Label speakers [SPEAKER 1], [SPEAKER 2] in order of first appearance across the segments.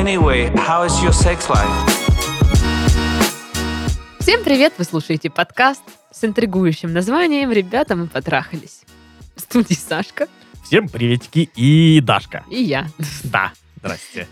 [SPEAKER 1] Anyway, how is your sex life?
[SPEAKER 2] Всем привет! Вы слушаете подкаст с интригующим названием «Ребята, мы потрахались». В студии Сашка
[SPEAKER 3] Всем приветики и Дашка.
[SPEAKER 2] и я.
[SPEAKER 3] Да, здрасте.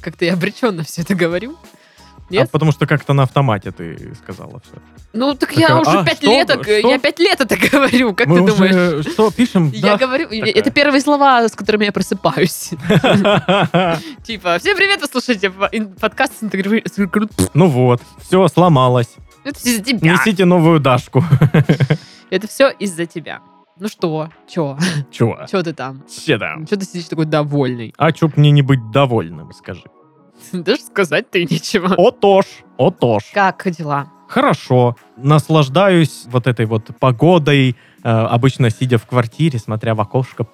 [SPEAKER 2] Как-то я обреченно все это говорю.
[SPEAKER 3] А
[SPEAKER 2] Нет?
[SPEAKER 3] потому что как-то на автомате ты сказала все.
[SPEAKER 2] Ну, так
[SPEAKER 3] Так,
[SPEAKER 2] я
[SPEAKER 3] а,
[SPEAKER 2] уже
[SPEAKER 3] а,
[SPEAKER 2] пять
[SPEAKER 3] что?
[SPEAKER 2] лет, так,
[SPEAKER 3] Что?
[SPEAKER 2] я пять лет это говорю, как
[SPEAKER 3] Мы
[SPEAKER 2] ты
[SPEAKER 3] уже
[SPEAKER 2] думаешь?
[SPEAKER 3] что, пишем?
[SPEAKER 2] Я говорю, это первые слова, с которыми я просыпаюсь.
[SPEAKER 3] Да.
[SPEAKER 2] Типа, всем привет, вы слушаете по- ин- подкаст с интригующим...
[SPEAKER 3] Ну вот, все, сломалось.
[SPEAKER 2] Это все из-за тебя.
[SPEAKER 3] Несите новую Дашку.
[SPEAKER 2] Это все из-за тебя. Ну что, чё?
[SPEAKER 3] Чего?
[SPEAKER 2] Чё ты там?
[SPEAKER 3] Че там?
[SPEAKER 2] Чё ты сидишь такой довольный?
[SPEAKER 3] А чё б мне не быть довольным, скажи.
[SPEAKER 2] Даже сказать-то и нечего.
[SPEAKER 3] Отож, отож.
[SPEAKER 2] Как дела?
[SPEAKER 3] Хорошо, наслаждаюсь вот этой вот погодой, э, обычно сидя в квартире, смотря в окошко,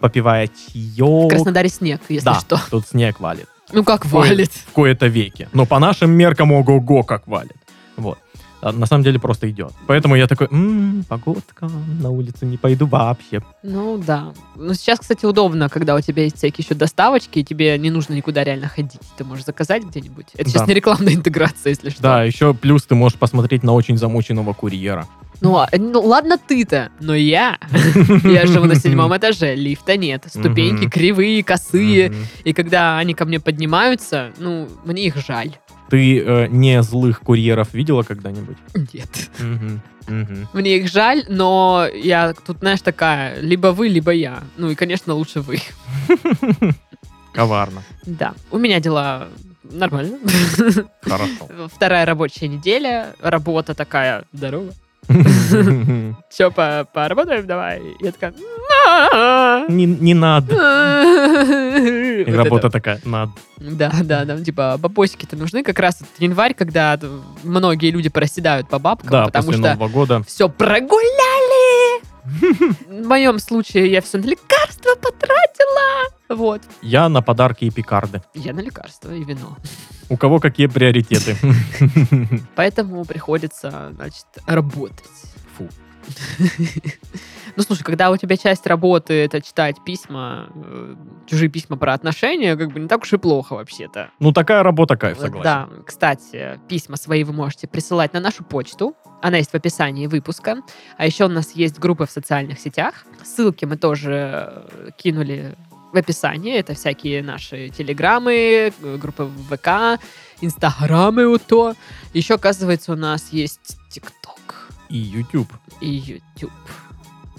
[SPEAKER 3] попивая
[SPEAKER 2] В
[SPEAKER 3] чаек.
[SPEAKER 2] Краснодаре снег, если
[SPEAKER 3] Да,
[SPEAKER 2] что.
[SPEAKER 3] тут снег валит.
[SPEAKER 2] Ну как
[SPEAKER 3] Ой.
[SPEAKER 2] валит.
[SPEAKER 3] в кое-то веке. Но по нашим меркам ого-го как валит. Вот. А на самом деле просто идет. Поэтому я такой, «М, погодка, на улицу не пойду вообще.
[SPEAKER 2] Ну да. Ну сейчас, кстати, удобно, когда у тебя есть всякие еще доставочки, и тебе не нужно никуда реально ходить. Ты можешь заказать где-нибудь. Это сейчас
[SPEAKER 3] Да.
[SPEAKER 2] не рекламная интеграция, если что.
[SPEAKER 3] Да, еще плюс ты можешь посмотреть на очень замученного курьера.
[SPEAKER 2] Ну, а, ну, ладно ты-то, но я. Я живу на седьмом этаже, лифта нет, ступеньки
[SPEAKER 3] Мгм.
[SPEAKER 2] кривые, косые.
[SPEAKER 3] Мгм.
[SPEAKER 2] И когда они ко мне поднимаются, ну, мне их жаль.
[SPEAKER 3] Ты э, не злых курьеров видела когда-нибудь?
[SPEAKER 2] Нет.
[SPEAKER 3] Мгм. Мгм.
[SPEAKER 2] Мне их жаль, но я тут, знаешь, такая, либо вы, либо я. Ну и, конечно, лучше вы.
[SPEAKER 3] Коварно.
[SPEAKER 2] Да, у меня дела нормально.
[SPEAKER 3] Хорошо.
[SPEAKER 2] Вторая рабочая неделя, работа такая, здорово.
[SPEAKER 3] Не
[SPEAKER 2] Че, по поработаем давай? Я такая... «На-а-а».
[SPEAKER 3] не надо.
[SPEAKER 2] Вот
[SPEAKER 3] И
[SPEAKER 2] это.
[SPEAKER 3] Работа такая, надо.
[SPEAKER 2] Да, да, да. ну, Типа, бабосики-то нужны как раз этот январь, когда многие люди проседают по бабкам,
[SPEAKER 3] Да,
[SPEAKER 2] потому
[SPEAKER 3] после
[SPEAKER 2] что
[SPEAKER 3] Нового года.
[SPEAKER 2] все прогуляли. В моем случае я все на лекарства потратила. Вот.
[SPEAKER 3] Я на подарки и пикарды.
[SPEAKER 2] Я на лекарства и вино.
[SPEAKER 3] У кого какие приоритеты?
[SPEAKER 2] Поэтому приходится, значит, работать.
[SPEAKER 3] Фу.
[SPEAKER 2] Ну, слушай, когда у тебя часть работы это читать письма, э, чужие письма про отношения, как бы не так уж и плохо вообще-то.
[SPEAKER 3] Ну, такая работа кайф,
[SPEAKER 2] Вот,
[SPEAKER 3] согласен.
[SPEAKER 2] Да, кстати, письма свои вы можете присылать на нашу почту. Она есть в описании выпуска. А еще у нас есть группы в социальных сетях. Ссылки мы тоже э, кинули в описании. Это всякие наши телеграммы, э, группы в ВК, инстаграмы у то. Еще, оказывается, у нас есть ТикТок
[SPEAKER 3] И YouTube.
[SPEAKER 2] и Ютуб.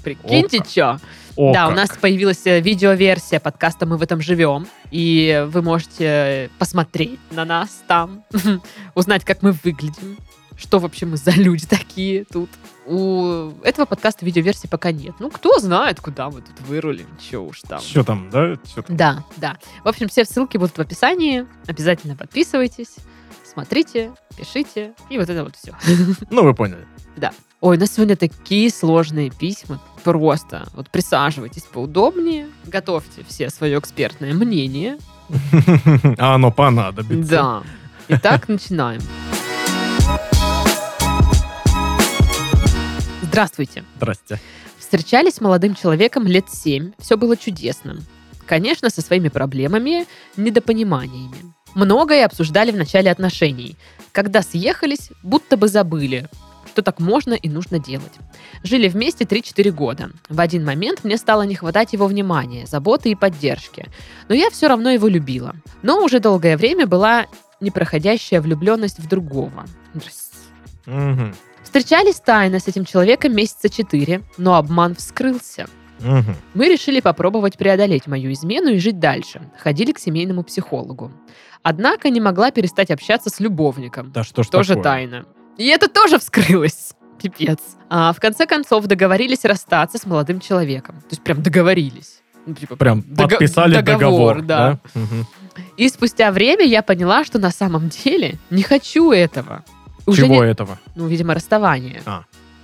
[SPEAKER 2] Прикиньте,
[SPEAKER 3] как.
[SPEAKER 2] чё?
[SPEAKER 3] О,
[SPEAKER 2] да,
[SPEAKER 3] как.
[SPEAKER 2] у нас появилась э, видеоверсия подкаста «Мы в этом живем», и вы можете посмотреть на нас там, узнать, как мы выглядим, что вообще мы за люди такие тут. У этого подкаста видеоверсии пока нет. Ну, кто знает, куда мы тут вырулим, чё уж там.
[SPEAKER 3] Что там, да? Чё там?
[SPEAKER 2] Да, да. В общем, все ссылки будут в описании. Обязательно подписывайтесь, смотрите, пишите, и вот это вот все.
[SPEAKER 3] Ну, вы поняли.
[SPEAKER 2] Ой, у нас сегодня такие сложные письма. Просто вот присаживайтесь поудобнее, готовьте все свое экспертное мнение.
[SPEAKER 3] А оно понадобится.
[SPEAKER 2] Да. Итак, начинаем. Здравствуйте.
[SPEAKER 3] Здрасте.
[SPEAKER 2] Встречались с молодым человеком лет семь. Все было чудесно. Конечно, со своими проблемами, недопониманиями. Многое обсуждали в начале отношений. Когда съехались, будто бы забыли, что так можно и нужно делать. Жили вместе 3-4 года. В один момент мне стало не хватать его внимания, заботы и поддержки. Но я все равно его любила. Но уже долгое время была непроходящая влюбленность в другого. Здрасте.
[SPEAKER 3] Мгм.
[SPEAKER 2] Встречались тайно с этим человеком месяца четыре, но обман вскрылся.
[SPEAKER 3] Мгм.
[SPEAKER 2] Мы решили попробовать преодолеть мою измену и жить дальше. Ходили к семейному психологу. Однако не могла перестать общаться с любовником.
[SPEAKER 3] Да что ж
[SPEAKER 2] тоже
[SPEAKER 3] такое?
[SPEAKER 2] тайна. И это тоже вскрылось. Пипец. А в конце концов договорились расстаться с молодым человеком. То есть прям договорились. Ну, типа,
[SPEAKER 3] Прям
[SPEAKER 2] Дого-
[SPEAKER 3] подписали
[SPEAKER 2] договор,
[SPEAKER 3] договор.
[SPEAKER 2] да.
[SPEAKER 3] Мгм.
[SPEAKER 2] И спустя время я поняла, что на самом деле не хочу этого. Уже
[SPEAKER 3] Чего
[SPEAKER 2] не-
[SPEAKER 3] этого?
[SPEAKER 2] ну, видимо, расставание.
[SPEAKER 3] А.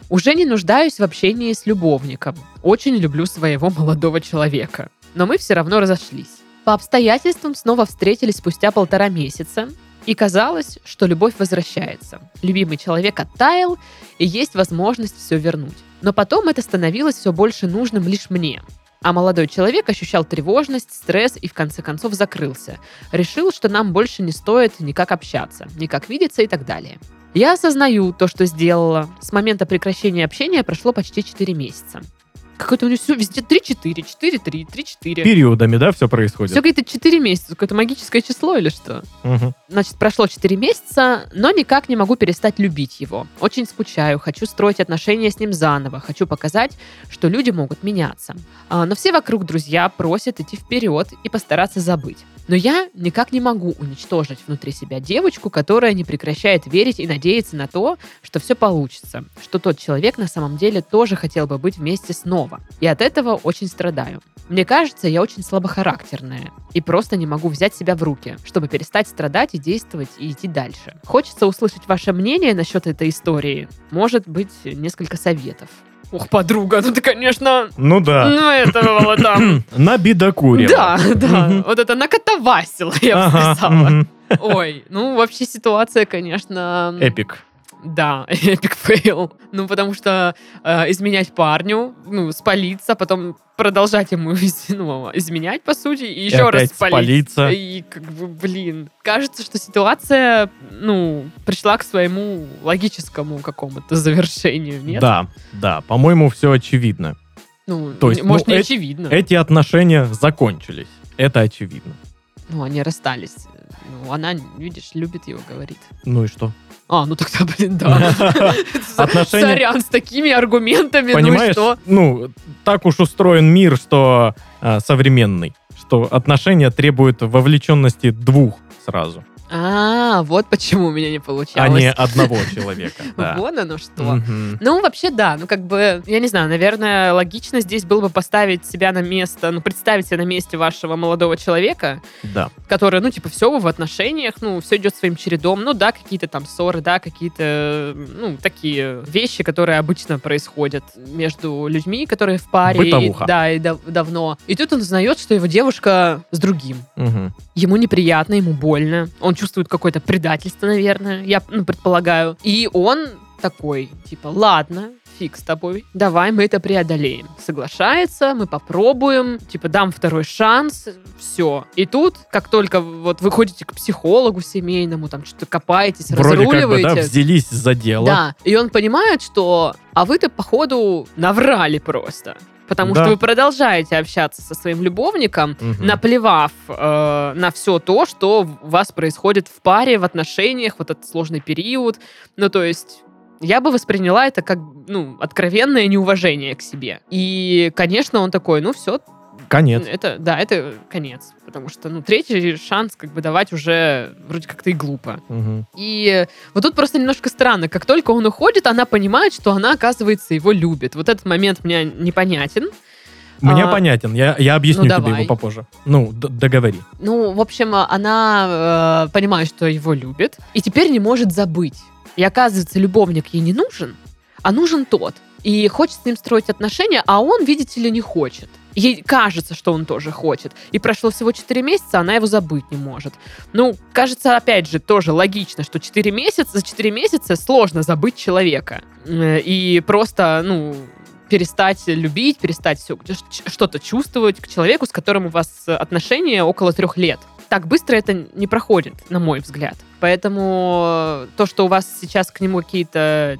[SPEAKER 2] Уже не нуждаюсь в общении с любовником. Очень люблю своего молодого человека. Но мы все равно разошлись. По обстоятельствам снова встретились спустя полтора месяца. И казалось, что любовь возвращается. Любимый человек оттаял, и есть возможность все вернуть. Но потом это становилось все больше нужным лишь мне. А молодой человек ощущал тревожность, стресс и в конце концов закрылся. Решил, что нам больше не стоит никак общаться, никак видеться и так далее. Я осознаю то, что сделала. С момента прекращения общения прошло почти 4 месяца. Какое-то у него все везде 3-4, 4-3, 3-4.
[SPEAKER 3] Периодами, да, все происходит?
[SPEAKER 2] Все какие-то 4 месяца, какое-то магическое число или что?
[SPEAKER 3] Мгм.
[SPEAKER 2] Значит, прошло 4 месяца, но никак не могу перестать любить его. Очень скучаю, хочу строить отношения с ним заново, хочу показать, что люди могут меняться. А, Но все вокруг друзья просят идти вперед и постараться забыть. Но я никак не могу уничтожить внутри себя девочку, которая не прекращает верить и надеяться на то, что все получится, что тот человек на самом деле тоже хотел бы быть вместе снова. И от этого очень страдаю. Мне кажется, я очень слабохарактерная и просто не могу взять себя в руки, чтобы перестать страдать и действовать и идти дальше. Хочется услышать ваше мнение насчет этой истории. Может быть, несколько советов. Ух, подруга, ну ты, конечно,
[SPEAKER 3] Ну да.
[SPEAKER 2] ну это было там.
[SPEAKER 3] На бедокуре.
[SPEAKER 2] Да, да.
[SPEAKER 3] Мгм.
[SPEAKER 2] Вот это накатавасила, я бы сказала. Ой, ну вообще ситуация, конечно...
[SPEAKER 3] Эпик.
[SPEAKER 2] Да, эпик фейл. Ну, потому что э, изменять парню, ну, спалиться, потом продолжать ему из- ну, изменять, по сути, и еще раз
[SPEAKER 3] опять
[SPEAKER 2] спалить.
[SPEAKER 3] спалиться.
[SPEAKER 2] И как бы, блин, кажется, что ситуация, ну, пришла к своему логическому какому-то завершению, нет?
[SPEAKER 3] Да, да, по-моему, все очевидно.
[SPEAKER 2] Ну,
[SPEAKER 3] То есть,
[SPEAKER 2] н- может,
[SPEAKER 3] ну,
[SPEAKER 2] не
[SPEAKER 3] э-
[SPEAKER 2] очевидно.
[SPEAKER 3] Эти отношения закончились. Это очевидно.
[SPEAKER 2] Ну, они расстались. Ну, она, видишь, любит его, говорит.
[SPEAKER 3] Ну и что?
[SPEAKER 2] А, ну тогда, блин, да.
[SPEAKER 3] Отношения-
[SPEAKER 2] Сорян, с такими аргументами, ну и
[SPEAKER 3] Понимаешь?
[SPEAKER 2] что?
[SPEAKER 3] Ну, так уж устроен мир, что а, современный, что отношения требуют вовлеченности двух сразу,
[SPEAKER 2] А, вот почему у меня не
[SPEAKER 3] а
[SPEAKER 2] получалось.
[SPEAKER 3] не одного человека. да.
[SPEAKER 2] Вон оно что.
[SPEAKER 3] Мгм.
[SPEAKER 2] Ну, вообще, да. Ну, как бы, я не знаю, наверное, логично здесь было бы поставить себя на место, ну, представить себя на месте вашего молодого человека,
[SPEAKER 3] Да.
[SPEAKER 2] который, ну, типа, все, вы в отношениях, ну, все идет своим чередом, ну, да, какие-то там ссоры, да, какие-то, ну, такие вещи, которые обычно происходят между людьми, которые в паре. и-
[SPEAKER 3] Бытовуха.
[SPEAKER 2] да, и дав- давно. И тут он узнает, что его девушка с другим.
[SPEAKER 3] Мгм.
[SPEAKER 2] Ему неприятно, ему больно. Он чувствует какое-то предательство, наверное, я ну, предполагаю. И он такой, типа, ладно, фиг с тобой, давай мы это преодолеем. Соглашается, мы попробуем, типа, дам второй шанс, все. И тут, как только вот вы ходите к психологу семейному, там что-то копаетесь,
[SPEAKER 3] Вроде как бы,
[SPEAKER 2] разруливаете.
[SPEAKER 3] да, взялись за дело.
[SPEAKER 2] Да, и он понимает, что а вы-то, походу, наврали просто. Потому
[SPEAKER 3] Да.
[SPEAKER 2] что вы продолжаете общаться со своим любовником,
[SPEAKER 3] Мгм.
[SPEAKER 2] наплевав э, на все то, что у вас происходит в паре, в отношениях, вот этот сложный период. Ну, то есть... Я бы восприняла это как, ну, откровенное неуважение к себе. И, конечно, он такой, ну, все,
[SPEAKER 3] Конец.
[SPEAKER 2] это, да, это конец. Потому что, ну, третий шанс как бы давать уже вроде как-то и глупо.
[SPEAKER 3] Мгм.
[SPEAKER 2] И вот тут просто немножко странно. Как только он уходит, она понимает, что она, оказывается, его любит. Вот этот момент мне непонятен.
[SPEAKER 3] Мне
[SPEAKER 2] А,
[SPEAKER 3] понятен, я, я объясню
[SPEAKER 2] ну,
[SPEAKER 3] тебе
[SPEAKER 2] давай.
[SPEAKER 3] его попозже. Ну, д- договори.
[SPEAKER 2] Ну, в общем, она э, понимает, что его любит, и теперь не может забыть. И оказывается, любовник ей не нужен, а нужен тот. И хочет с ним строить отношения, а он, видите ли, не хочет. Ей кажется, что он тоже хочет. И прошло всего 4 месяца, она его забыть не может. Ну, кажется, опять же, тоже логично, что 4 месяца, за 4 месяца сложно забыть человека. Э, И просто, ну, перестать любить, перестать всё- ч- что-то чувствовать к человеку, с которым у вас э, отношения около трех лет. Так быстро это не проходит, на мой взгляд. Поэтому э, то, что у вас сейчас к нему какие-то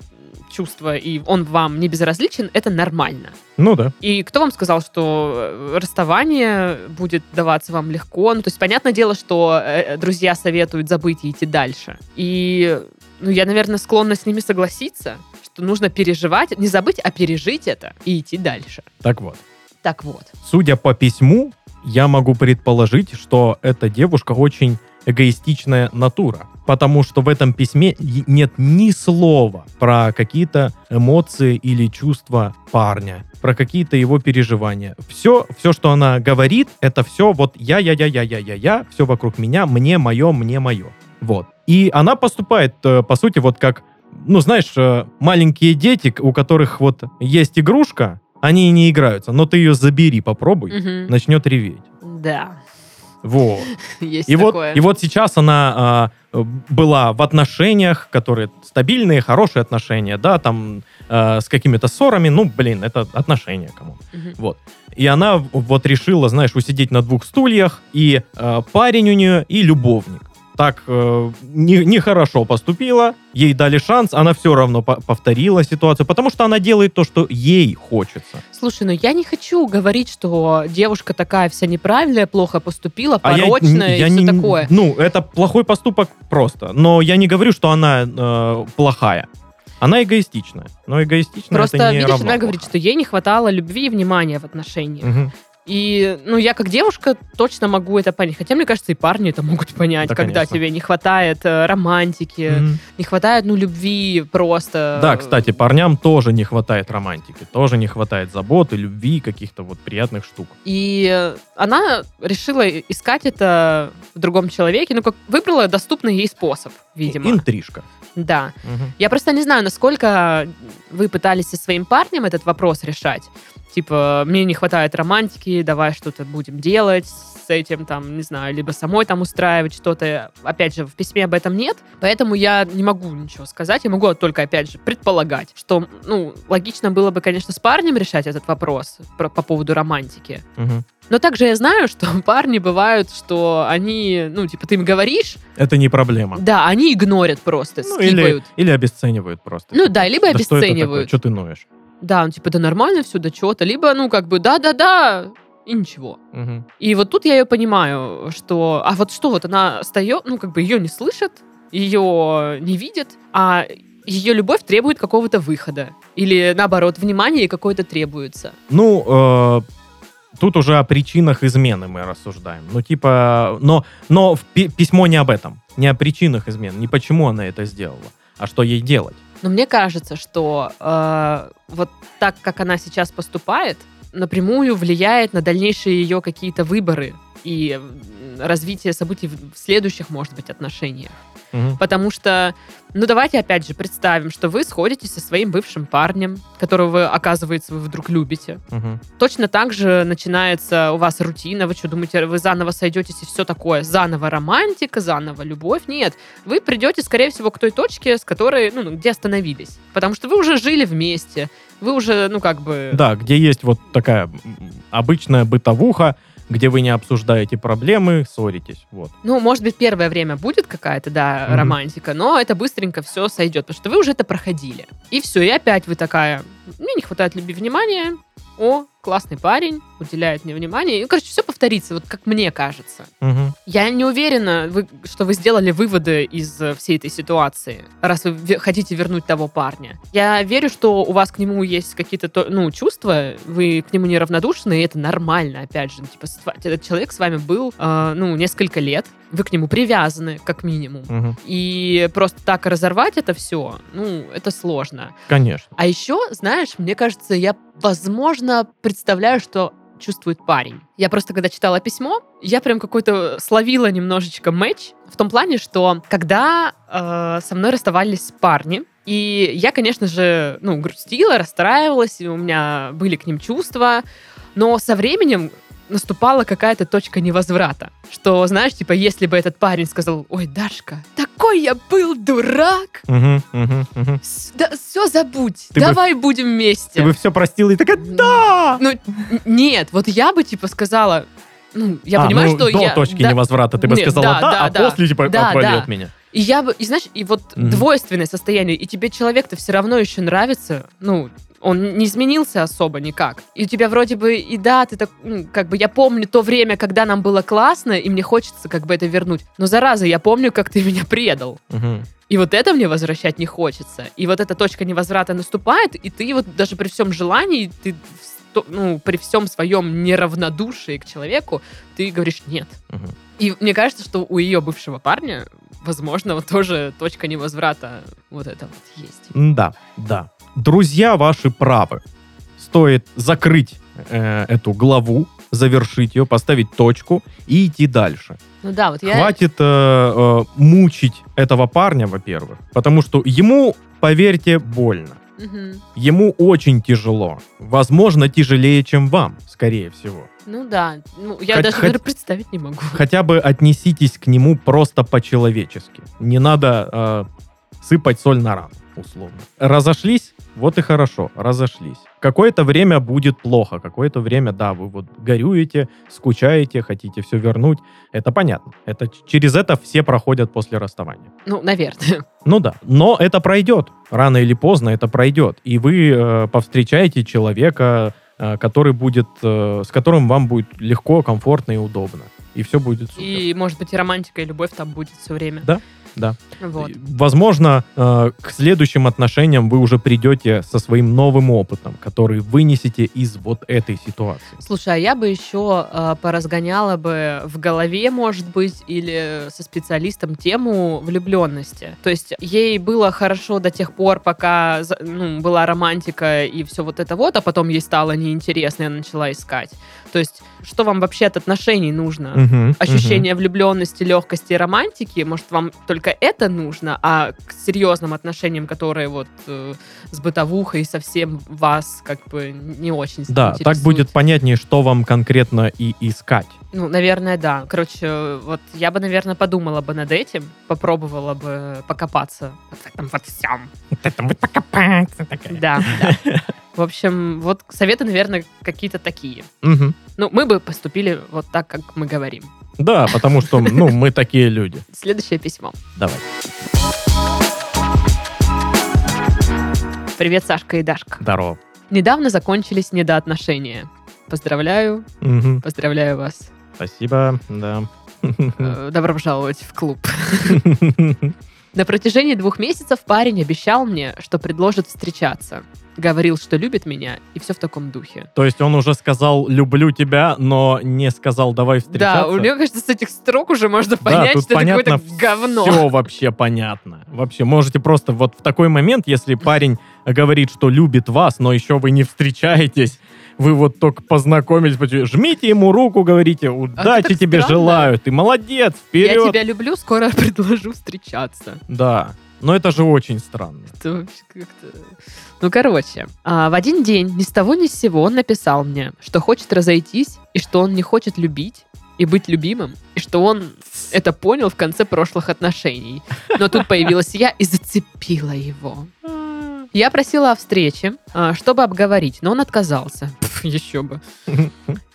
[SPEAKER 2] чувства, и он вам не безразличен, это нормально.
[SPEAKER 3] Ну да.
[SPEAKER 2] И кто вам сказал, что э, расставание будет даваться вам легко? Ну, то есть, понятное дело, что э, друзья советуют забыть и идти дальше. И, ну, я, наверное, склонна с ними согласиться, что нужно переживать, не забыть, а пережить это и идти дальше.
[SPEAKER 3] Так вот.
[SPEAKER 2] Так вот.
[SPEAKER 3] Судя по письму, я могу предположить, что эта девушка очень эгоистичная натура. Потому что в этом письме е- нет ни слова про какие-то эмоции или чувства парня, про какие-то его переживания. Все, все, что она говорит, это все вот я, я, я, я, я, я, я, все вокруг меня, мне мое, мне мое. Вот. И она поступает, э, по сути, вот как ну, знаешь, э, маленькие дети, к- у которых вот есть игрушка, они и не играются, но ты ее забери, попробуй,
[SPEAKER 2] Мгм.
[SPEAKER 3] начнет реветь.
[SPEAKER 2] Да.
[SPEAKER 3] Вот.
[SPEAKER 2] Есть
[SPEAKER 3] И вот,
[SPEAKER 2] такое.
[SPEAKER 3] и вот сейчас она а, э, была в отношениях, которые стабильные, хорошие отношения, да, там э, с какими-то ссорами, ну, блин, это отношения кому.
[SPEAKER 2] Мгм.
[SPEAKER 3] И она в- вот решила, знаешь, усидеть на двух стульях, и э, парень у нее, и любовник. Так э, не- нехорошо поступила, ей дали шанс, она все равно по- повторила ситуацию, потому что она делает то, что ей хочется.
[SPEAKER 2] Слушай, ну я не хочу говорить, что девушка такая вся неправильная, плохо поступила,
[SPEAKER 3] А я-
[SPEAKER 2] порочная
[SPEAKER 3] я
[SPEAKER 2] и все
[SPEAKER 3] не-
[SPEAKER 2] такое.
[SPEAKER 3] Ну, это плохой поступок просто. Но я не говорю, что она э, плохая. Она эгоистичная. Но эгоистичная это
[SPEAKER 2] Просто,
[SPEAKER 3] не
[SPEAKER 2] видишь,
[SPEAKER 3] равно
[SPEAKER 2] она говорит, что
[SPEAKER 3] плохая.
[SPEAKER 2] ей не хватало любви и внимания в отношениях.
[SPEAKER 3] Мгм.
[SPEAKER 2] И, ну, я как девушка точно могу это понять. Хотя, мне кажется, и парни это могут понять,
[SPEAKER 3] Да,
[SPEAKER 2] когда
[SPEAKER 3] конечно.
[SPEAKER 2] тебе не хватает э, романтики,
[SPEAKER 3] Мгм.
[SPEAKER 2] не хватает, ну, любви просто.
[SPEAKER 3] Да, кстати, парням тоже не хватает романтики, тоже не хватает заботы, любви, каких-то вот приятных штук.
[SPEAKER 2] И э, она решила искать это в другом человеке, ну, как выбрала доступный ей способ, видимо.
[SPEAKER 3] Интрижка.
[SPEAKER 2] Да.
[SPEAKER 3] Мгм.
[SPEAKER 2] Я просто не знаю, насколько вы пытались со своим парнем этот вопрос решать. Типа, мне не хватает романтики, давай что-то будем делать с этим, там, не знаю, либо самой там устраивать что-то. Опять же, в письме об этом нет, поэтому я не могу ничего сказать, я могу только, опять же, предполагать, что, ну, логично было бы, конечно, с парнем решать этот вопрос про- по поводу романтики,
[SPEAKER 3] Мгм.
[SPEAKER 2] но также я знаю, что парни бывают, что они, ну, типа, ты им говоришь,
[SPEAKER 3] Это не проблема.
[SPEAKER 2] да, они игнорят просто,
[SPEAKER 3] Ну,
[SPEAKER 2] скипают.
[SPEAKER 3] или, или обесценивают просто.
[SPEAKER 2] Ну да, либо обесценивают.
[SPEAKER 3] Что ты ноешь?
[SPEAKER 2] Да, ну типа, да нормально все, да чего-то. Либо, ну как бы, да-да-да, и ничего.
[SPEAKER 3] Мгм.
[SPEAKER 2] И вот тут я ее понимаю, что... А вот что, вот она встает, ну как бы ее не слышат, ее не видят, а ее любовь требует какого-то выхода. Или наоборот, внимание какое-то требуется.
[SPEAKER 3] Ну, э, тут уже о причинах измены мы рассуждаем. Ну, типа, но, но в пи- письмо не об этом. Не о причинах измен, не почему она это сделала, а что ей делать.
[SPEAKER 2] Но мне кажется, что э, вот так, как она сейчас поступает, напрямую влияет на дальнейшие ее какие-то выборы и м, развитие событий в в следующих, может быть, отношениях.
[SPEAKER 3] Мгм.
[SPEAKER 2] Потому что, ну давайте опять же представим, что вы сходитесь со своим бывшим парнем, которого вы, оказывается, вы вдруг любите.
[SPEAKER 3] Мгм.
[SPEAKER 2] Точно так же начинается у вас рутина, вы что думаете, вы заново сойдетесь и все такое? Заново романтика, заново любовь? Нет. Вы придете, скорее всего, к той точке, с которой, ну, где остановились. Потому что вы уже жили вместе, вы уже, ну, как бы...
[SPEAKER 3] Да, где есть вот такая м, обычная бытовуха, где вы не обсуждаете проблемы, ссоритесь. Вот.
[SPEAKER 2] Ну, может быть, первое время будет какая-то, да,
[SPEAKER 3] Мгм.
[SPEAKER 2] романтика, но это быстренько все сойдет, потому что вы уже это проходили. И все, и опять вы такая, мне не хватает любви внимания, о, классный парень, уделяет мне внимание. И, короче, все повторится, вот как мне кажется.
[SPEAKER 3] Мгм.
[SPEAKER 2] Я не уверена, вы- что вы сделали выводы из э, всей этой ситуации, раз вы ве- хотите вернуть того парня. Я верю, что у вас к нему есть какие-то то- ну, чувства, вы к нему неравнодушны, и это нормально, опять же. Ну, Типа, с ва- этот человек с вами был э, ну, несколько лет, вы к нему привязаны, как минимум.
[SPEAKER 3] Мгм.
[SPEAKER 2] И просто так разорвать это все, ну, это сложно.
[SPEAKER 3] Конечно.
[SPEAKER 2] А еще, знаешь, мне кажется, я, возможно, представляю, что чувствует парень. Я просто, когда читала письмо, я прям какой-то э, словила немножечко матч в том плане, что когда э, со мной расставались парни, и я, конечно же, ну, грустила, расстраивалась, и у меня были к ним чувства, но со временем наступала какая-то точка невозврата. Что, знаешь, типа, если бы этот парень сказал, ой, Дашка, такой я был дурак,
[SPEAKER 3] Мгм. Мгм. Мгм.
[SPEAKER 2] все забудь,
[SPEAKER 3] Ты бы-
[SPEAKER 2] давай будем вместе.
[SPEAKER 3] Ты бы все простила и такая, да!
[SPEAKER 2] Ну, н- нет, вот я бы, типа, сказала... Ну, я
[SPEAKER 3] А,
[SPEAKER 2] понимаю,
[SPEAKER 3] ну,
[SPEAKER 2] что
[SPEAKER 3] до
[SPEAKER 2] я...
[SPEAKER 3] точки
[SPEAKER 2] да,
[SPEAKER 3] невозврата ты бы
[SPEAKER 2] Нет,
[SPEAKER 3] сказала
[SPEAKER 2] да,
[SPEAKER 3] да,
[SPEAKER 2] да,
[SPEAKER 3] а
[SPEAKER 2] да.
[SPEAKER 3] после типа
[SPEAKER 2] Да,
[SPEAKER 3] отвали
[SPEAKER 2] да.
[SPEAKER 3] от меня.
[SPEAKER 2] И я бы... И знаешь, и вот
[SPEAKER 3] Мгм.
[SPEAKER 2] двойственное состояние, и тебе человек-то все равно еще нравится, ну, он не изменился особо никак. И у тебя вроде бы, и да, ты так, м, как бы, я помню то время, когда нам было классно, и мне хочется как бы это вернуть. Но, зараза, я помню, как ты меня предал.
[SPEAKER 3] Мгм.
[SPEAKER 2] И вот это мне возвращать не хочется. И вот эта точка невозврата наступает, и ты вот даже при всем желании, ты в сто- ну, при всем своем неравнодушии к человеку, ты говоришь «нет».
[SPEAKER 3] Мгм.
[SPEAKER 2] И мне кажется, что у ее бывшего парня, возможно, вот тоже точка невозврата вот это вот есть.
[SPEAKER 3] Да, да. Друзья ваши правы. Стоит закрыть э, эту главу, завершить ее, поставить точку и идти дальше.
[SPEAKER 2] Ну да, вот я...
[SPEAKER 3] Хватит э, э, мучить этого парня, во-первых, потому что ему, поверьте, больно.
[SPEAKER 2] Мгм.
[SPEAKER 3] Ему очень тяжело. Возможно, тяжелее, чем вам, скорее всего.
[SPEAKER 2] Ну да. Ну, я
[SPEAKER 3] Хоть-
[SPEAKER 2] даже
[SPEAKER 3] хоть-
[SPEAKER 2] наверное, представить не могу.
[SPEAKER 3] Хотя бы отнеситесь к нему просто по-человечески. Не надо э, сыпать соль на рану, условно. Разошлись? Вот и хорошо, разошлись. Какое-то время будет плохо, какое-то время, да, вы вот горюете, скучаете, хотите все вернуть. Это понятно. Это, ч- через это все проходят после расставания.
[SPEAKER 2] Ну, наверное.
[SPEAKER 3] Ну да, но это пройдет. Рано или поздно это пройдет. И вы э, повстречаете человека, э, который будет, э, с которым вам будет легко, комфортно и удобно. И все будет супер.
[SPEAKER 2] И, может быть, и романтика, и любовь там будет все время.
[SPEAKER 3] Да, да.
[SPEAKER 2] Вот.
[SPEAKER 3] И, Возможно, э, к следующим отношениям вы уже придете со своим новым опытом, который вынесете из вот этой ситуации.
[SPEAKER 2] Слушай, а я бы еще э, поразгоняла бы в голове, может быть, или со специалистом тему влюбленности. То есть ей было хорошо до тех пор, пока за- ну, была романтика и все вот это вот, а потом ей стало неинтересно, и она начала искать. То есть что вам вообще от отношений нужно?
[SPEAKER 3] Мгм, мгм.
[SPEAKER 2] ощущение влюбленности, легкости и романтики. Может, вам только это нужно, а к серьезным отношениям, которые вот э, с бытовухой совсем вас как бы не очень
[SPEAKER 3] Да, так
[SPEAKER 2] интересуют.
[SPEAKER 3] будет понятнее, что вам конкретно и искать.
[SPEAKER 2] Ну, наверное, да. Короче, э, вот я бы, наверное, подумала бы над этим, попробовала бы покопаться вот в этом вот всем. Да, да. В общем, вот советы, наверное, какие-то такие.
[SPEAKER 3] Мгм.
[SPEAKER 2] Ну, мы бы поступили вот так, как мы говорим.
[SPEAKER 3] Да, потому что, ну, мы такие люди.
[SPEAKER 2] Следующее письмо.
[SPEAKER 3] Давай.
[SPEAKER 2] Привет, Сашка и Дашка.
[SPEAKER 3] Здорово.
[SPEAKER 2] Недавно закончились недоотношения. Поздравляю,
[SPEAKER 3] Мгм.
[SPEAKER 2] поздравляю вас.
[SPEAKER 3] Спасибо, да.
[SPEAKER 2] Э, Добро пожаловать в клуб. На протяжении двух месяцев парень обещал мне, что предложит встречаться. Говорил, что любит меня, и все в таком духе.
[SPEAKER 3] То есть он уже сказал «люблю тебя», но не сказал «давай встречаться».
[SPEAKER 2] Да, у меня, кажется, с этих строк уже можно
[SPEAKER 3] Да,
[SPEAKER 2] понять,
[SPEAKER 3] тут
[SPEAKER 2] что это
[SPEAKER 3] понятно,
[SPEAKER 2] какое-то говно.
[SPEAKER 3] Все вообще понятно. Вообще, можете просто вот в такой момент, если парень говорит, что любит вас, но еще вы не встречаетесь, вы вот только познакомились, почти- жмите ему руку, говорите
[SPEAKER 2] это
[SPEAKER 3] «удачи
[SPEAKER 2] так
[SPEAKER 3] тебе
[SPEAKER 2] странно.
[SPEAKER 3] желаю, ты молодец,
[SPEAKER 2] Я
[SPEAKER 3] вперед!»
[SPEAKER 2] тебя люблю, скоро предложу встречаться.
[SPEAKER 3] Да, но это же очень странно.
[SPEAKER 2] Это вообще как-то... Ну, короче, а, в один день ни с того ни с сего он написал мне, что хочет разойтись, и что он не хочет любить и быть любимым, и что он это понял в конце прошлых отношений. Но тут появилась я и зацепила его. Я просила о встрече, а, чтобы обговорить, но он отказался. Пф, Еще бы.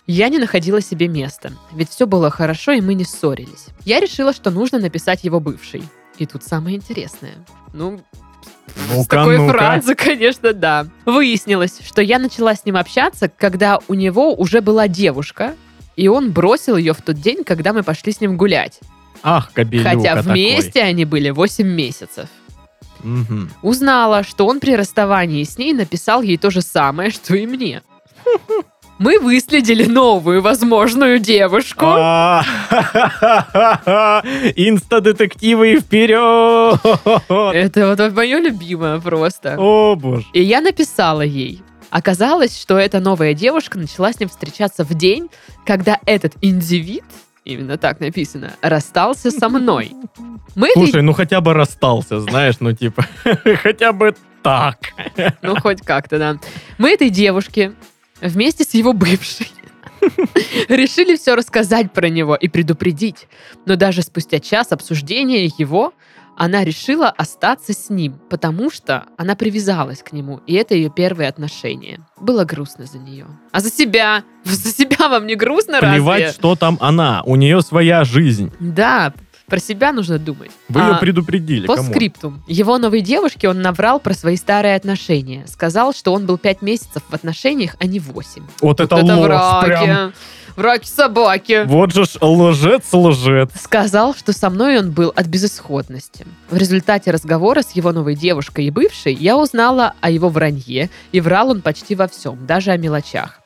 [SPEAKER 2] Я не находила себе места, ведь все было хорошо, и мы не ссорились. Я решила, что нужно написать его бывший. И тут самое интересное. Ну, с
[SPEAKER 3] Ну-ка,
[SPEAKER 2] такой
[SPEAKER 3] ну-ка.
[SPEAKER 2] фразы, конечно, да. Выяснилось, что я начала с ним общаться, когда у него уже была девушка, и он бросил ее в тот день, когда мы пошли с ним гулять.
[SPEAKER 3] Ах, кобелюка
[SPEAKER 2] Хотя
[SPEAKER 3] такой.
[SPEAKER 2] вместе они были 8 месяцев.
[SPEAKER 3] Мгм.
[SPEAKER 2] Узнала, что он при расставании с ней написал ей то же самое, что и мне. Мы выследили новую возможную девушку.
[SPEAKER 3] А, Инста-детективы и вперед!
[SPEAKER 2] Это вот мое любимое просто.
[SPEAKER 3] О, боже.
[SPEAKER 2] И я написала ей. Оказалось, что эта новая девушка начала с ним встречаться в день, когда этот индивид, именно так написано, расстался со мной. Мы ведь-
[SPEAKER 3] Слушай, ну хотя бы расстался, знаешь, ну типа, хотя бы так.
[SPEAKER 2] ну хоть как-то, да. Мы этой девушке вместе с его бывшей решили все рассказать про него и предупредить. Но даже спустя час обсуждения его она решила остаться с ним, потому что она привязалась к нему, и это ее первые отношения. Было грустно за нее. А за себя? За себя вам не грустно разве?
[SPEAKER 3] Плевать, что там она, у нее своя жизнь.
[SPEAKER 2] Да, про себя нужно думать.
[SPEAKER 3] Вы
[SPEAKER 2] А-
[SPEAKER 3] ее предупредили,
[SPEAKER 2] по
[SPEAKER 3] кому?
[SPEAKER 2] скриптум. Его новой девушке он наврал про свои старые отношения. Сказал, что он был пять месяцев в отношениях, а не восемь.
[SPEAKER 3] Вот это
[SPEAKER 2] Вот
[SPEAKER 3] ложь прям.
[SPEAKER 2] враки. Враки собаки.
[SPEAKER 3] Вот же ж лжец-лжец.
[SPEAKER 2] Сказал, что со мной он был от безысходности. В результате разговора с его новой девушкой и бывшей я узнала о его вранье, и врал он почти во всем, даже о мелочах.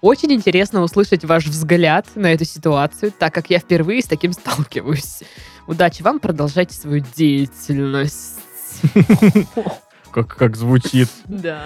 [SPEAKER 2] Очень интересно услышать ваш взгляд на эту ситуацию, так как я впервые с таким сталкиваюсь. Удачи вам, продолжайте свою деятельность.
[SPEAKER 3] Как, как звучит
[SPEAKER 2] Да.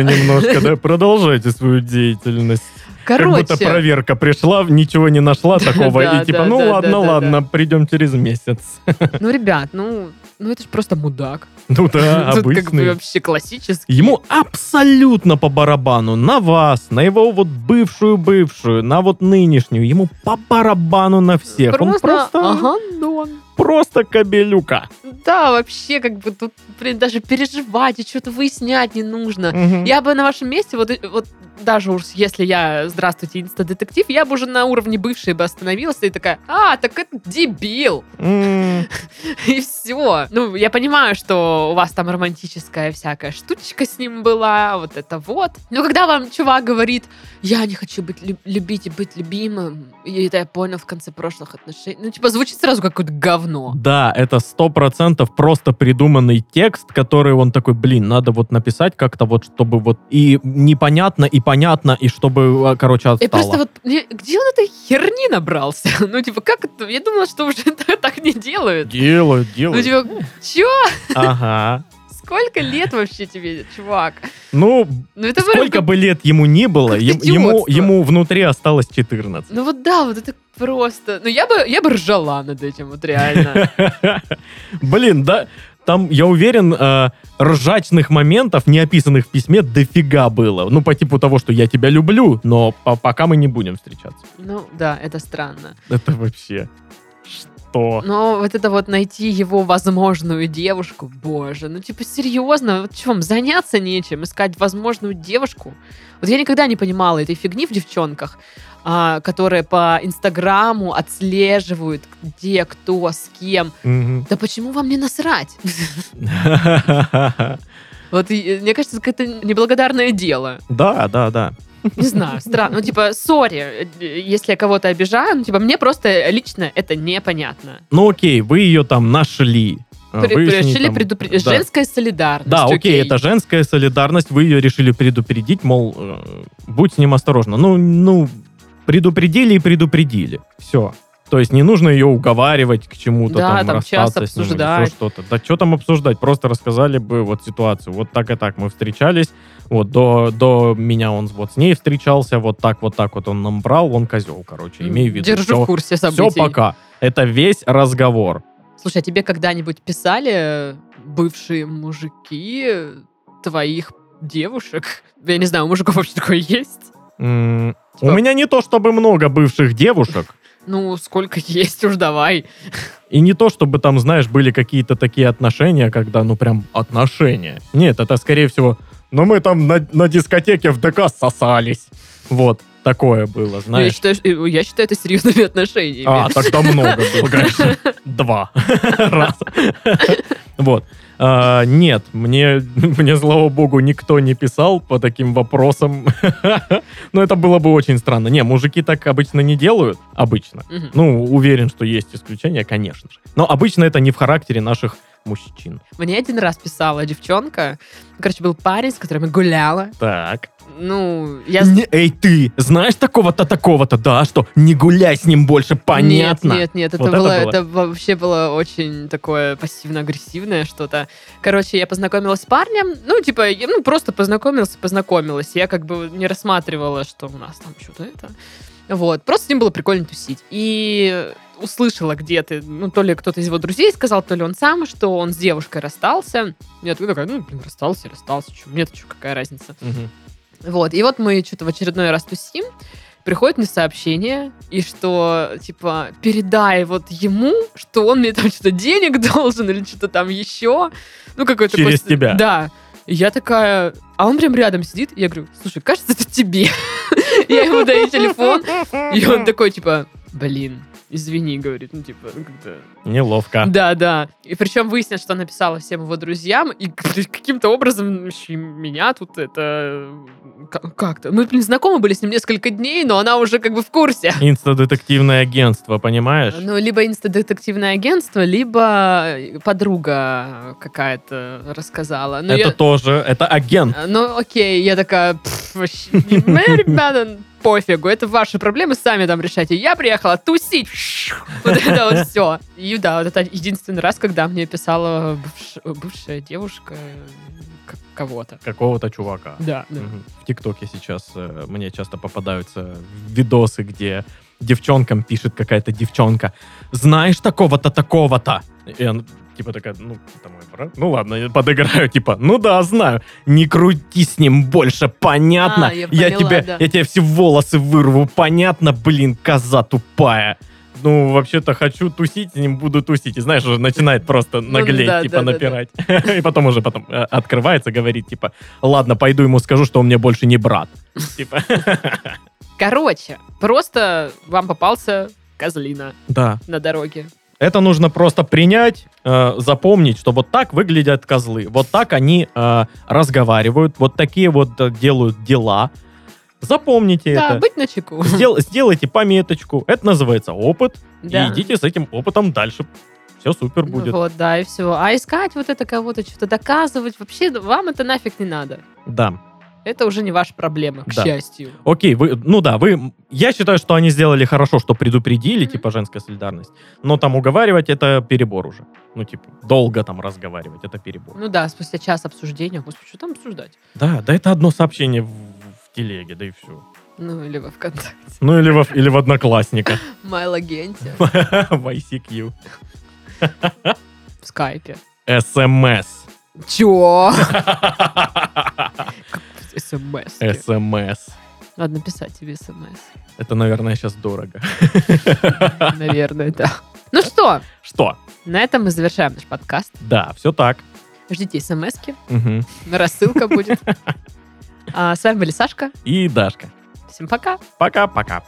[SPEAKER 3] немножко, да? Продолжайте свою деятельность. Как будто
[SPEAKER 2] Короче,
[SPEAKER 3] проверка пришла, ничего не нашла такого.
[SPEAKER 2] Да,
[SPEAKER 3] И типа,
[SPEAKER 2] да,
[SPEAKER 3] ну
[SPEAKER 2] да,
[SPEAKER 3] ладно,
[SPEAKER 2] да, да,
[SPEAKER 3] ладно, придем через месяц.
[SPEAKER 2] ну, ребят, ну, Ну это же просто мудак.
[SPEAKER 3] Ну да,
[SPEAKER 2] Тут как бы
[SPEAKER 3] обычный.
[SPEAKER 2] вообще классический.
[SPEAKER 3] Ему абсолютно по барабану на вас, на его вот бывшую-бывшую, на вот нынешнюю. Ему по барабану на всех. Он просто,
[SPEAKER 2] Ага, ну он.
[SPEAKER 3] просто кабелюка.
[SPEAKER 2] Да, вообще, как бы тут, блин, даже переживать и что-то выяснять не нужно.
[SPEAKER 3] Мгм.
[SPEAKER 2] Я бы на вашем месте, вот, и- вот даже уж если я, здравствуйте, инстадетектив, я бы уже на уровне бывшей бы остановилась и такая, а, так это дебил,
[SPEAKER 3] М.
[SPEAKER 2] и все. Ну, я понимаю, что у вас там романтическая всякая штучка с ним была, вот это вот. Но когда вам чувак говорит, я не хочу быть лю- любить и быть любимым, и это я понял в конце прошлых отношений, ну, типа, звучит сразу как какое-то говно.
[SPEAKER 3] Да, это сто процентов просто придуманный текст, который он такой, блин, надо вот написать как-то вот, чтобы вот и непонятно, и понятно, и чтобы, а, короче,
[SPEAKER 2] И просто
[SPEAKER 3] отстало.
[SPEAKER 2] вот, мне- где он этой херни набрался? Ну, типа, как это? Я думала, что уже та- так не делают.
[SPEAKER 3] Делают,
[SPEAKER 2] Ну,
[SPEAKER 3] делают.
[SPEAKER 2] типа, чё?
[SPEAKER 3] Ага.
[SPEAKER 2] Сколько лет вообще тебе, чувак?
[SPEAKER 3] Ну,
[SPEAKER 2] Ну, это вроде
[SPEAKER 3] сколько бы лет ему ни было,
[SPEAKER 2] как-то
[SPEAKER 3] ем- ему,
[SPEAKER 2] идиотство.
[SPEAKER 3] ему внутри осталось 14.
[SPEAKER 2] Ну, вот да, вот это просто... Ну, я бы, я бы ржала над этим, вот реально.
[SPEAKER 3] Блин, да, там, я уверен, э, ржачных моментов, не описанных в письме, дофига было. Ну, по типу того, что я тебя люблю, но по- пока мы не будем встречаться.
[SPEAKER 2] Ну, да, это странно.
[SPEAKER 3] Это вообще... Что?
[SPEAKER 2] Но вот это вот найти его возможную девушку, боже, ну, типа, серьезно, вот чем, заняться нечем, искать возможную девушку? Вот я никогда не понимала этой фигни в девчонках, а, которые по Инстаграму отслеживают, где, кто, с кем.
[SPEAKER 3] Мгм.
[SPEAKER 2] Да почему вам не насрать? Вот, и, э, мне кажется, это какое-то неблагодарное дело.
[SPEAKER 3] Да, да, да.
[SPEAKER 2] Не знаю, странно. Ну, типа, сори, э, если я кого-то обижаю, ну, типа, мне просто лично это непонятно.
[SPEAKER 3] Ну окей, вы ее там нашли. А,
[SPEAKER 2] При-
[SPEAKER 3] вы с ней
[SPEAKER 2] решили
[SPEAKER 3] там-
[SPEAKER 2] предупредить.
[SPEAKER 3] Да.
[SPEAKER 2] Женская солидарность.
[SPEAKER 3] Да, окей, это женская солидарность, вы ее решили предупредить, мол, э, будь с ним осторожна. Ну, ну, предупредили и предупредили. Все. То есть не нужно ее уговаривать к чему-то,
[SPEAKER 2] Да,
[SPEAKER 3] там,
[SPEAKER 2] там, час
[SPEAKER 3] расстаться с ним или еще
[SPEAKER 2] обсуждать.
[SPEAKER 3] что-то. Да что там обсуждать, просто рассказали бы вот ситуацию. Вот так и так мы встречались, вот до, до меня он вот с ней встречался, вот так вот так вот он нам брал, он козел, короче, имей в виду.
[SPEAKER 2] Держу
[SPEAKER 3] Всё.
[SPEAKER 2] в курсе событий.
[SPEAKER 3] Все пока. Это весь разговор.
[SPEAKER 2] Слушай, а тебе когда-нибудь писали э, бывшие мужики э, твоих девушек? Я не знаю, у мужиков вообще такое есть?
[SPEAKER 3] М, У
[SPEAKER 2] Что?
[SPEAKER 3] меня не то чтобы много бывших девушек,
[SPEAKER 2] Ну, сколько есть, уж давай.
[SPEAKER 3] и не то чтобы там, знаешь, были какие-то такие отношения, когда, ну, прям отношения. Нет, это скорее всего, ну, мы там на, на дискотеке в ДК сосались. Вот, такое было,
[SPEAKER 2] Ну, Я
[SPEAKER 3] знаешь.
[SPEAKER 2] считаю, что- э, я считаю это серьезными отношениями.
[SPEAKER 3] А, тогда много было, конечно. Два раза. Вот. А, Нет, мне, мне, слава богу, никто не писал по таким вопросам. Но это было бы очень странно. Не, мужики так обычно не делают. Обычно.
[SPEAKER 2] Мгм.
[SPEAKER 3] Ну, уверен, что есть исключения, конечно же. Но обычно это не в характере наших мужчин.
[SPEAKER 2] Мне один раз писала девчонка. Короче, был парень, с которым я гуляла.
[SPEAKER 3] Так.
[SPEAKER 2] Ну, я...
[SPEAKER 3] Не- эй, ты, знаешь такого-то, такого-то, да, что не гуляй с ним больше, понятно?
[SPEAKER 2] Нет, нет, нет, это,
[SPEAKER 3] Вот это
[SPEAKER 2] было,
[SPEAKER 3] было?
[SPEAKER 2] это вообще было очень такое пассивно-агрессивное что-то. Короче, я познакомилась с парнем, ну, типа, я, ну, просто познакомился, познакомилась. Я как бы не рассматривала, что у нас там что-то это. Вот, просто с ним было прикольно тусить. И услышала где-то, ну, то ли кто-то из его друзей сказал, то ли он сам, что он с девушкой расстался. Я такая, ну, блин, расстался, расстался, чё, мне-то что, какая разница.
[SPEAKER 3] Мгм.
[SPEAKER 2] Вот, и вот мы что-то в очередной раз тусим, приходит мне сообщение, и что, типа, передай вот ему, что он мне там что-то денег должен или что-то там еще. Ну, какой-то...
[SPEAKER 3] Через
[SPEAKER 2] просто-
[SPEAKER 3] тебя.
[SPEAKER 2] Да. И я такая... А он прям рядом сидит, и я говорю, слушай, кажется, это тебе. Я ему даю телефон, и он такой, типа, блин, извини, говорит, ну, типа, ну, как-то
[SPEAKER 3] Неловко.
[SPEAKER 2] да, да. И причем выяснилось, что написала всем его друзьям, и каким-то образом еще и меня тут это к- как-то. Мы, блин, знакомы были с ним несколько дней, но она уже как бы в курсе.
[SPEAKER 3] Инстадетективное агентство, понимаешь?
[SPEAKER 2] Ну, либо инстадетективное агентство, либо э, подруга какая-то рассказала. Но
[SPEAKER 3] это тоже, это агент.
[SPEAKER 2] Ну, окей, я такая, «Пф, вообще, мне, ребята, пофигу, это ваши проблемы, сами там решайте. Я приехала тусить, вот это вот все. И да, вот это единственный раз, когда мне писала бывш- бывшая девушка к- кого-то.
[SPEAKER 3] Какого-то чувака.
[SPEAKER 2] Да, да.
[SPEAKER 3] Мгм. В ТикТоке сейчас э, мне часто попадаются видосы, где девчонкам пишет какая-то девчонка. Знаешь такого-то, такого-то. И он, Типа такая, ну, это мой брат. Ну ладно, я подыграю, типа, ну да, знаю. Не крути с ним больше, понятно?
[SPEAKER 2] А, я поняла,
[SPEAKER 3] тебе,
[SPEAKER 2] да.
[SPEAKER 3] я тебе все волосы вырву, понятно? Блин, коза тупая. Ну, вообще-то хочу тусить, с ним буду тусить. И знаешь, уже начинает просто наглеть,
[SPEAKER 2] Ну да,
[SPEAKER 3] типа,
[SPEAKER 2] да, да, да.
[SPEAKER 3] напирать. И потом уже потом э, открывается, говорит, типа, ладно, пойду ему скажу, что он мне больше не брат. Типа,
[SPEAKER 2] Короче, просто вам попался козлина
[SPEAKER 3] да.
[SPEAKER 2] на дороге.
[SPEAKER 3] Это нужно просто принять, э, запомнить, что вот так выглядят козлы, вот так они э, разговаривают, вот такие вот э, делают дела. Запомните
[SPEAKER 2] да,
[SPEAKER 3] это.
[SPEAKER 2] быть начеку.
[SPEAKER 3] Сдел- сделайте пометочку. Это называется опыт.
[SPEAKER 2] Да.
[SPEAKER 3] И идите с этим опытом дальше. Все супер
[SPEAKER 2] Ну
[SPEAKER 3] будет.
[SPEAKER 2] Вот, да, и все. А искать вот это кого-то, что-то доказывать, вообще ну, вам это нафиг не надо.
[SPEAKER 3] Да.
[SPEAKER 2] Это уже не ваша проблема, к
[SPEAKER 3] Да.
[SPEAKER 2] счастью.
[SPEAKER 3] Окей, вы, ну да, вы, я считаю, что они сделали хорошо, что предупредили,
[SPEAKER 2] Мгм.
[SPEAKER 3] типа, женская солидарность, но там уговаривать это перебор уже. Ну, типа, долго там разговаривать, это перебор.
[SPEAKER 2] Ну да, спустя час обсуждения, господи, что там обсуждать?
[SPEAKER 3] Да, да это одно сообщение в, в телеге, да и все.
[SPEAKER 2] Ну, или во ВКонтакте.
[SPEAKER 3] Ну или во, или в Одноклассниках.
[SPEAKER 2] Майл агенте.
[SPEAKER 3] В ICQ.
[SPEAKER 2] В скайпе.
[SPEAKER 3] СМС.
[SPEAKER 2] Чё? СМС.
[SPEAKER 3] СМС.
[SPEAKER 2] Надо написать тебе смс.
[SPEAKER 3] Эм Это, наверное, сейчас дорого.
[SPEAKER 2] Наверное, да. Ну что,
[SPEAKER 3] Что?
[SPEAKER 2] на этом мы завершаем наш подкаст.
[SPEAKER 3] Да, все так.
[SPEAKER 2] Ждите смс-ки.
[SPEAKER 3] Мгм.
[SPEAKER 2] Рассылка будет. А, С вами были Сашка.
[SPEAKER 3] И Дашка.
[SPEAKER 2] Всем пока.
[SPEAKER 3] Пока-пока.